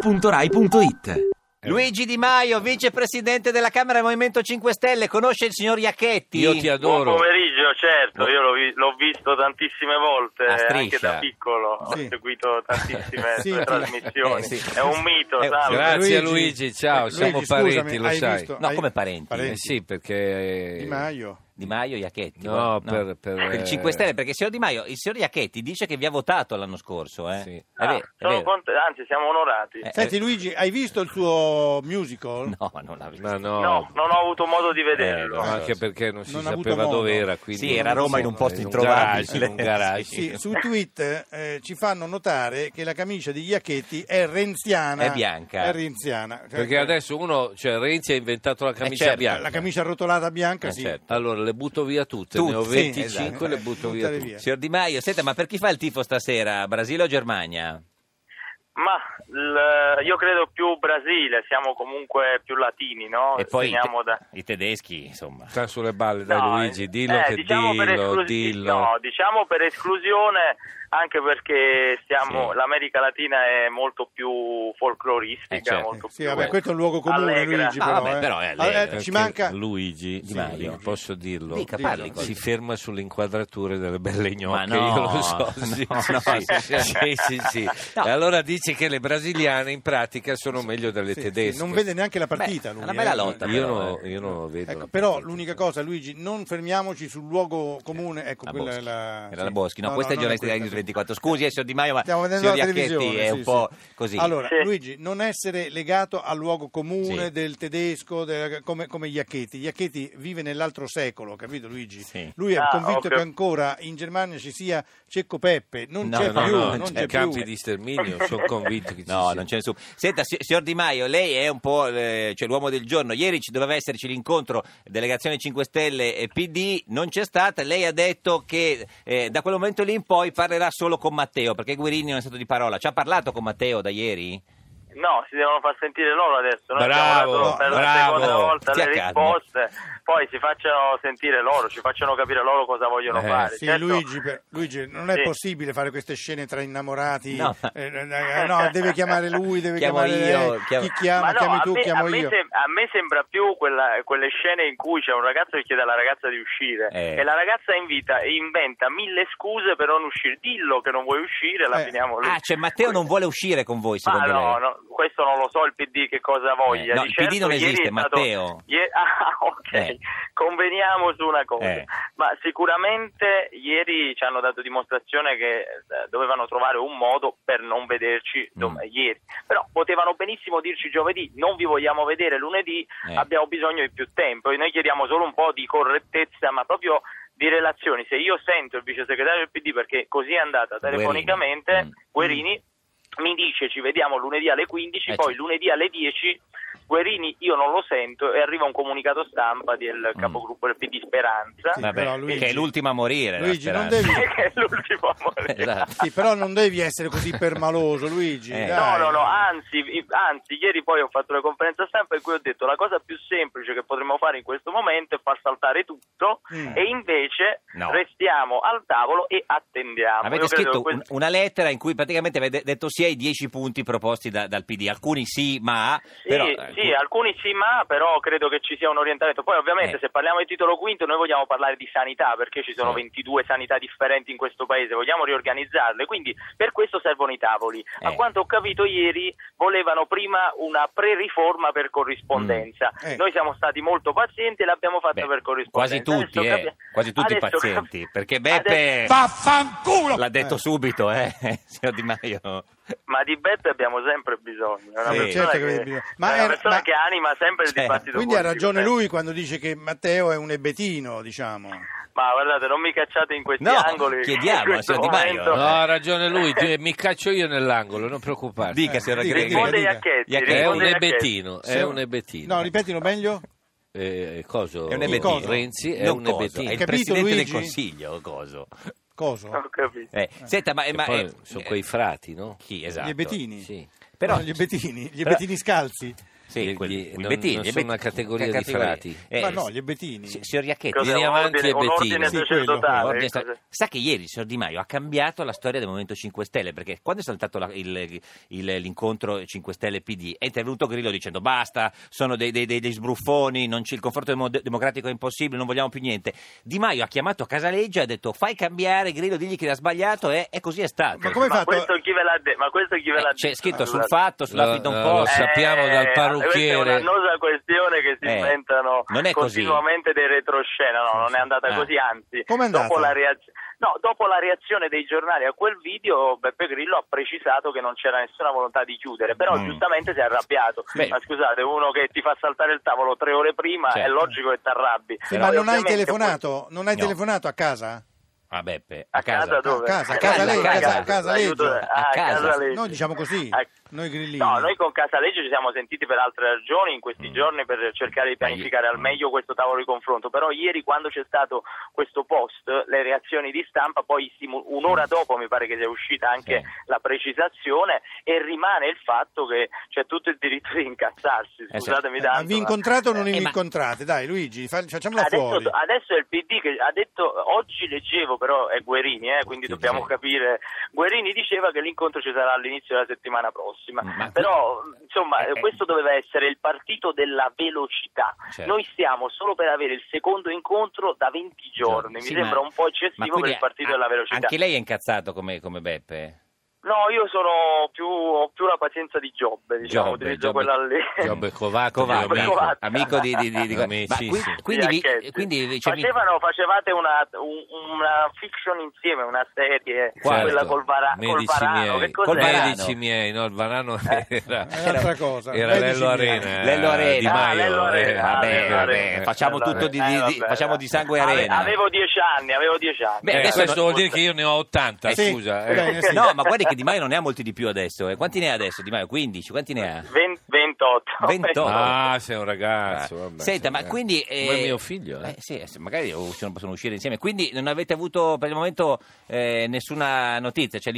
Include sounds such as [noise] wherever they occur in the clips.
radio2pod.rai.it Luigi Di Maio, vicepresidente della Camera del Movimento 5 Stelle, conosce il signor Iacchetti? Io ti Buon adoro. pomeriggio, certo, io l'ho, vi- l'ho visto tantissime volte, eh, A striscia. anche da piccolo, ho Sì. seguito tantissime Sì, sue sì. trasmissioni, Eh, sì. è un mito, Eh, salve. Grazie Luigi. Luigi, ciao, Eh, siamo Luigi, parenti, scusami, lo hai sai. visto? No, Hai- come parenti? Eh sì, perché... Di Maio. Di Maio, Iacchetti? No, guarda, Ecco, per- per, il eh, 5 Stelle, perché il signor Di Maio, il signor Iacchetti dice che vi ha votato l'anno scorso, eh? Sì. È Ah, vero, è sono vero. cont- anzi siamo onorati. Eh, Senti Luigi, hai visto il suo musical? No, non l'ha visto. Ma no, oh. No, non ho avuto modo di ma Eh, vederlo. anche perché non si Non ha avuto sapeva modo. dove era. Quindi Sì, era a Roma in un posto garage, introvabile. in un garage. Sì, su tweet eh, ci fanno notare che la camicia di Iacchetti è renziana. È bianca. È renziana. Cioè, Perché adesso uno, cioè Renzi ha inventato la camicia certo, bianca. La camicia arrotolata bianca, Eh, sì. certo. Allora le butto via tutte, Tutte, ne ho sì, 25, esatto. le butto via Buttale tutte. via. Signor Di Maio, senta, ma per chi fa il tifo stasera? Brasile o Germania? Ma il- io credo più Brasile, siamo comunque più latini, no? e poi i, Veniamo da- i tedeschi, insomma. Ecco, Sta sulle balle, dai No, Luigi, eh, dillo eh, che diciamo per dillo, esclusi- dillo. No, diciamo per esclusione, anche perché siamo- Sì. l'America Latina è molto più folcloristica, Eh, certo. molto Sì, più... vabbè, questo è un luogo comune, Allegra. Luigi, Ah, però. vabbè, eh. però è allegra, Eh, Perché Ci manca... Luigi Di Sì, Maio, Luigi. posso dirlo? Dica, Dillo. parli con si ferma sulle inquadrature delle belle Ma gnocche, no, io lo so. Sì, no, sì, no. sì, sì, sì, sì. No. E allora dice che le brasiliane in pratica sono meglio delle Sì, sì, tedesche. non vede neanche la partita. Beh, lui, una bella eh. lotta, io, però, no- eh. io non lo vedo. Ecco, la però partita. l'unica cosa, Luigi, non fermiamoci sul luogo comune. Eh, Ecco, La quella Boschi. è la... Era la sì. Boschi, no, No, questa no, è non giornalista di Radio quella. 24. Scusi, eh, signor Di Maio, ma Stiamo il vedendo signor la Iacchetti televisione. è sì, un sì. po' così. Allora, Sì. Luigi, non essere legato al luogo comune Sì. del tedesco del- come, come Iacchetti. Iacchetti vive nell'altro secolo, capito Luigi? Sì. Lui è Ah, convinto ok. che ancora in Germania ci sia Cecco Peppe. Non No, cioè, c'è No, più, no, non i c'è più. eh. campi di sterminio, sono convinto che ci No, sia. non c'è nessuno. Senta, si- signor Di Maio, lei è un po' eh, cioè, l'uomo del giorno. Ieri ci doveva esserci l'incontro delegazione 5 Stelle e PD, non c'è stata. Lei ha detto che eh, da quel momento lì in poi parlerà solo con Matteo, perché Guerini non è stato di parola. Ci ha parlato con Matteo da ieri? No, si devono far sentire loro adesso. Noi abbiamo Bravo, dato per bravo. la seconda volta Stia le calmo. risposte, poi si facciano sentire loro, ci facciano capire loro cosa vogliono Eh, fare. Sì, Certo- Luigi, per- Luigi, non è Sì. possibile fare queste scene tra innamorati. No. Eh, eh, no, deve chiamare lui, deve Chiamo chiamare io, lei. chiamo- Chi chiama? Ma no, chiami a tu, me, chiamo a me io. sem- a me sembra più quella- quelle scene in cui c'è un ragazzo che chiede alla ragazza di uscire Eh. e la ragazza invita e inventa mille scuse per non uscire. Dillo che non vuoi uscire, la Eh. finiamo lì. Ah, cioè Matteo non vuole uscire con voi, Ma secondo Ah, no, lei? no, questo non lo so il PD che cosa voglia. Eh, no, Di il PD certo non ieri esiste, è stato- [laughs] Matteo. Ie- Ah, ok, Eh. conveniamo su una cosa. Eh. Ma sicuramente ieri ci hanno dato dimostrazione che eh, dovevano trovare un modo per non vederci dom- Mm. ieri. Però potevano benissimo dirci giovedì, non vi vogliamo vedere lunedì, Eh. abbiamo bisogno di più tempo. E noi chiediamo solo un po' di correttezza, ma proprio di relazioni. Se io sento il vice segretario del PD, perché così è andata Guerini. telefonicamente, Mm. Guerini mi dice ci vediamo lunedì alle 15, Eh, poi certo. lunedì alle 10 Guerini io non lo sento e arriva un comunicato stampa del Mm. capogruppo del PD Speranza Sì, Vabbè, però, Luigi- che è l'ultima a morire. la Luigi, non speranza. devi- [laughs] che è l'ultimo amore. Esatto. [laughs] Sì, però non devi essere così permaloso, Luigi. Eh. dai. No, no, ah, no, anzi, i- anzi, ieri poi ho fatto la conferenza stampa in cui ho detto la cosa più semplice che potremmo fare in questo momento è far saltare tutto Mm. e invece No. restiamo al tavolo e attendiamo. Avete Io credo scritto che un- una lettera in cui praticamente avete detto sì ai 10 punti proposti da- dal PD, alcuni sì, ma... Sì, però, ecco. sì, alcuni sì, ma però credo che ci sia un orientamento. Poi, ovviamente, Eh. se parliamo di titolo quinto, noi vogliamo parlare di sanità perché ci sono Sì. 22 sanità differenti in questo paese, vogliamo riorganizzarle. Quindi, per questo servono i tavoli. Eh. A quanto ho capito, ieri volevano prima una pre-riforma per corrispondenza. Mm. Eh. Noi siamo stati molto pazienti e l'abbiamo fatta Beh, per quasi corrispondenza. tutti, Adesso eh, capi- quasi tutti adesso capi- pazienti, perché Beppe Adesso- l'ha detto Eh. subito, eh, [laughs] signor Di Maio. Ma di Beppe abbiamo sempre bisogno. È una Sì, persona, certo che che, avete bisogno. Ma è una era- persona ma- che anima sempre il Certo. dibattito. Quindi ha politico, ragione sempre. lui quando dice che Matteo è un ebetino, diciamo. Ma guardate, non mi cacciate in questi No, angoli. chiediamo, in questo signor Di Maio. eh. momento. No, ha ragione lui, ti- mi caccio io nell'angolo, non preoccuparti. Dica, signor Eh, dica, Gregorio. Risponde dica, dica. Iacchetti. Iacchetti. È un risponde Iacchetti. ebettino, è Se- un ebettino. No, ripetilo meglio. Eh, coso, È un Che ebettino. cosa? Renzi è Non un coso, ebettino. È il Capito, presidente del Luigi? consiglio, coso. [laughs] Coso? Ho capito. Eh, senta, ma, Che ma- poi eh, sono eh, quei frati, no? chi esatto? Gli ebetini? Sì. Però- No, gli ebetini? Gli però- ebetini scalzi? Sì, Gli- quel- gli- quei non- bettini, non gli sono bet- una categoria di frati. Eh, Ma no, gli ebetini. si- Signor Iacchetti, Cosa- Cos'è, un avanti ordine- e un Bettini. ordine eh, Sì, sacerdotale, Ordine sta- cos'è? Sa che ieri il signor Di Maio ha cambiato la storia del Movimento 5 Stelle perché quando è saltato la- il- il- l'incontro 5 Stelle PD è intervenuto Grillo dicendo basta, sono dei, dei- dei- degli sbruffoni, non ci- il conforto demo- democratico è impossibile, non vogliamo più niente. Di Maio ha chiamato Casaleggio e ha detto fai cambiare Grillo, digli che ha sbagliato e, e così è stato. Ma come hai Ma fatto? questo chi ve l'ha detto? Ma questo chi ve Eh, l'ha c'è detto? scritto sul Scusate. fatto, sulla Lo- Fit on lo Post. sa- sappiamo dal Eh, parrucchiere. Questa è un'annosa questione che si Eh, inventano non è così. continuamente dei retroscena. No, non è andata Ah. così, anzi. Com'è andata? Dopo la, reaz- no, dopo la reazione dei giornali a quel video, Beppe Grillo ha precisato che non c'era nessuna volontà di chiudere, però Mm. giustamente si è arrabbiato. Beh. Ma scusate, uno che ti fa saltare il tavolo tre ore prima, Certo. è logico che ti arrabbi. Sì, Poi ma non hai ovviamente telefonato? Non hai No. telefonato a casa? Ah, Beppe, poi- A casa dove? A casa, a Eh, casa l'aiuto- lei, a casa- a casa l'aiuto- Leggio. ah, A casa. Casaleggio. Noi diciamo così, A- noi grillini. Eh, No, noi con Casaleggio ci siamo sentiti per altre ragioni in Mm. questi giorni per cercare di Ma io- pianificare al meglio questo tavolo di confronto, però ieri quando c'è stato questo post, le reazioni di stampa, poi simu- un'ora Mm. dopo mi pare che sia uscita anche Sì. la precisazione e rimane il fatto che c'è tutto il diritto di incazzarsi, Eh, scusatemi Eh, tanto. ma vi ma- incontrate o non Eh, vi ma- incontrate? Dai Luigi, fa- facciamola fuori. Adesso, adesso è il PD che ha detto, oggi leggevo però è Guerini, eh, quindi Sì, dobbiamo sì. capire, Guerini diceva che l'incontro ci sarà all'inizio della settimana prossima, Ma- però insomma Eh, eh. questo doveva essere il partito della velocità, Cioè, Certo. noi stiamo solo per avere il secondo incontro da 20 giorni, Sì, mi sembra ma- un po' ma eccessivo per quindi il partito a- della velocità. Anche lei è incazzato come, come Beppe? No, io sono più, ho più la pazienza di Giobbe, diciamo, Giobbe, utilizzo Giobbe- quella lì. Giobbe Eh, Covacco, Covacco, Giobbe amico. amico, Covacco. amico di, di, di, di- Amici, ma qui- sì. quindi, vi- Giacchetti. quindi cioè, vi- Facevano, facevate una, un- una fiction insieme, una serie, Certo. quella col, Vara- col Medici Varano, miei. che cos'era? Varano. Eh, Medici miei, no, il Varano era... È un'altra cosa. Era Lei Lello dice- Arena. eh, Lello Arena. Di Ah, Maio. Lello Arena, eh, vabbè, eh, vabbè, eh. facciamo Allora, tutto di- eh, di- di- vabbè, facciamo vabbè. di sangue e Ave- arena. Avevo dieci anni, avevo dieci anni. Beh, Eh, adesso questo no- vuol dire che io ne ho 80, Eh, sì. scusa. Eh, eh. bene, sì. No, ma guardi che Di Maio non ne ha molti di più adesso. eh. Quanti ne ha adesso Di Maio? 15? Quanti ne ha? 20 28. [laughs] 28. Ah, sei un ragazzo. vabbè, Ah. Senta, sei ma eh. un quindi... ragazzo. Come mio figlio, eh. eh, sì, eh, magari oh, se non possono uscire insieme. Quindi non avete avuto per il momento eh, nessuna notizia, cioè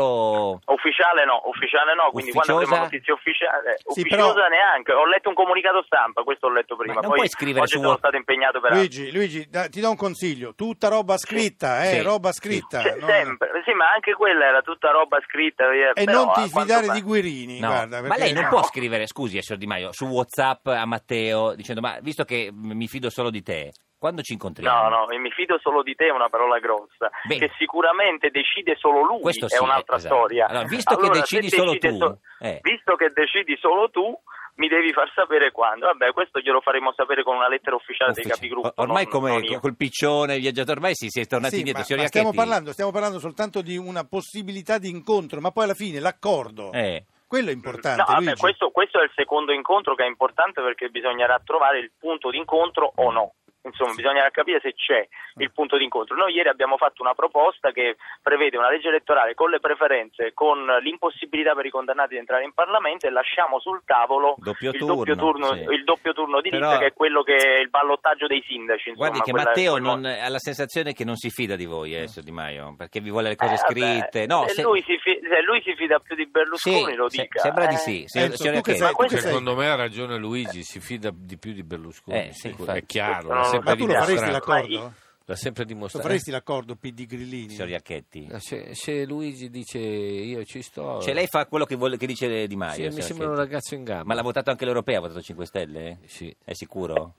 l'incontro... Ufficiale no, ufficiale no, quindi quando Ufficiosa? avremo notizie ufficiali, Sì, ufficiosa però- neanche. Ho letto un comunicato stampa, questo ho letto prima. Ma non Poi puoi scrivere oggi su sono Word- stato impegnato per altro. Luigi, Luigi, da- ti do un consiglio, tutta roba scritta, eh, Sì. roba scritta. Cioè, non- sempre. Sì, ma anche quella era tutta roba scritta. via. E Però, non ti a quanto fidare pare- di Guerini, No, guarda. ma perché- lei non no. può scrivere, scusi, eh, signor Di Maio, su WhatsApp a Matteo dicendo: Ma visto che m- mi fido solo di te, quando ci incontriamo? No, no, e mi fido solo di te è una parola grossa, Bene. che sicuramente decide solo lui, Questo è sì, un'altra esatto. storia. Allora, visto che se decidi solo decide tu, eh. Visto che decidi solo tu, mi devi far sapere quando. Vabbè, questo glielo faremo sapere con una lettera ufficiale dei Uffici- capigruppo. Or- Ormai non- non come io. col piccione, il viaggiatore, ormai si, si è tornati Sì, indietro. ma- signor ma stiamo, Iacchetti? parlando, stiamo parlando soltanto di una possibilità di incontro, ma poi alla fine l'accordo, Eh. quello è importante. No, vabbè, Luigi. questo, questo è il secondo incontro che è importante perché bisognerà trovare il punto d'incontro o no. Insomma, bisognerà capire se c'è il punto d'incontro. Noi ieri abbiamo fatto una proposta che prevede una legge elettorale con le preferenze, con l'impossibilità per i condannati di entrare in Parlamento e lasciamo sul tavolo Doppio il, turno, doppio turno, sì. il doppio turno di Però- lista che è quello che è il ballottaggio dei sindaci. Insomma, Guardi che quella- Matteo quel mo- non- ha la sensazione che non si fida di voi, eh, signor Di Maio, perché vi vuole le Mm. Eh, cose vabbè, scritte. No, se, se- Lui si fi- se lui si fida più di sì, Berlusconi lo se- dica. sembra di eh. sì. Signor- Enzo, signor tu che Iacchetti, sei- tu che questo- sei- Secondo me ha ragione Luigi, si fida di più di Berlusconi. Eh, sì, sicuro. infatti. è chiaro, Questo l'ha non- sempre Ma tu lo faresti dimostrato. Ma io- l'accordo? L'ha sempre Lo dimostrato. faresti l'accordo PD Grillini? signor Iacchetti. Eh, Se, se Luigi dice io ci sto... Cioè, lei fa quello che, vuole- che dice Di Maio. Sì, mi signor sembra un Iacchetti. ragazzo in gamba. Ma l'ha votato anche l'Europea, ha votato 5 Stelle? Sì. È sicuro?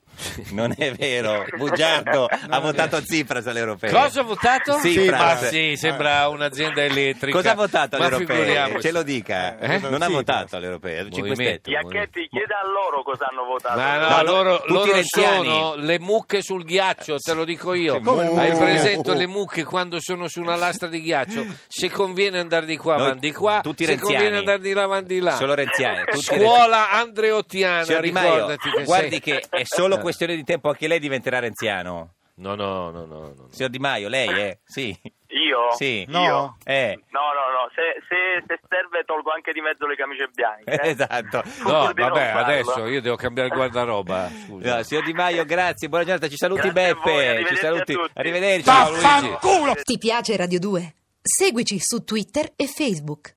Non è [laughs] vero, bugiardo, ha votato Tsipras all'Europea. Eh. Cosa ha votato? Ah. Sì, Sì, ma bravo. sì, sembra un'azienda elettrica. Cosa ha votato ma all'Europea? figuriamoci. Ce lo dica, Eh? non ha Tsipras. votato all'Europea, 5 Stelle. Movimento. Iacchetti, chieda a loro cosa hanno votato. Ma no, No, lo- loro, tutti loro renziani. sono le mucche sul ghiaccio, te lo dico io. Come le Hai mucche? presente le mucche quando sono su una lastra di ghiaccio? Se conviene andare di qua, Noi van di qua. tutti Se renziani. conviene andare di là, van di là. Solo Renziani, tutti Scuola Andreottiana, Signor Di Maio, ricordati che guardi sei- Eh. che è solo questione di tempo, anche lei diventerà renziano. No, no, no, no. no, no. Signor Di Maio, lei, eh? Sì. Io? Sì. No. Io? Eh. No, no, no, se, se- se serve tolgo anche di mezzo le camicie bianche. [laughs] eh. Esatto. Pur No, di non vabbè, farlo. adesso io devo cambiare il guardaroba. Scusa. No, signor Di Maio, grazie, buona giornata, ci saluti Grazie a voi, Beppe, ci arrivederci saluti. a tutti. Arrivederci. Ciao, Luigi. Ti piace Radio 2? Seguici su Twitter e Facebook.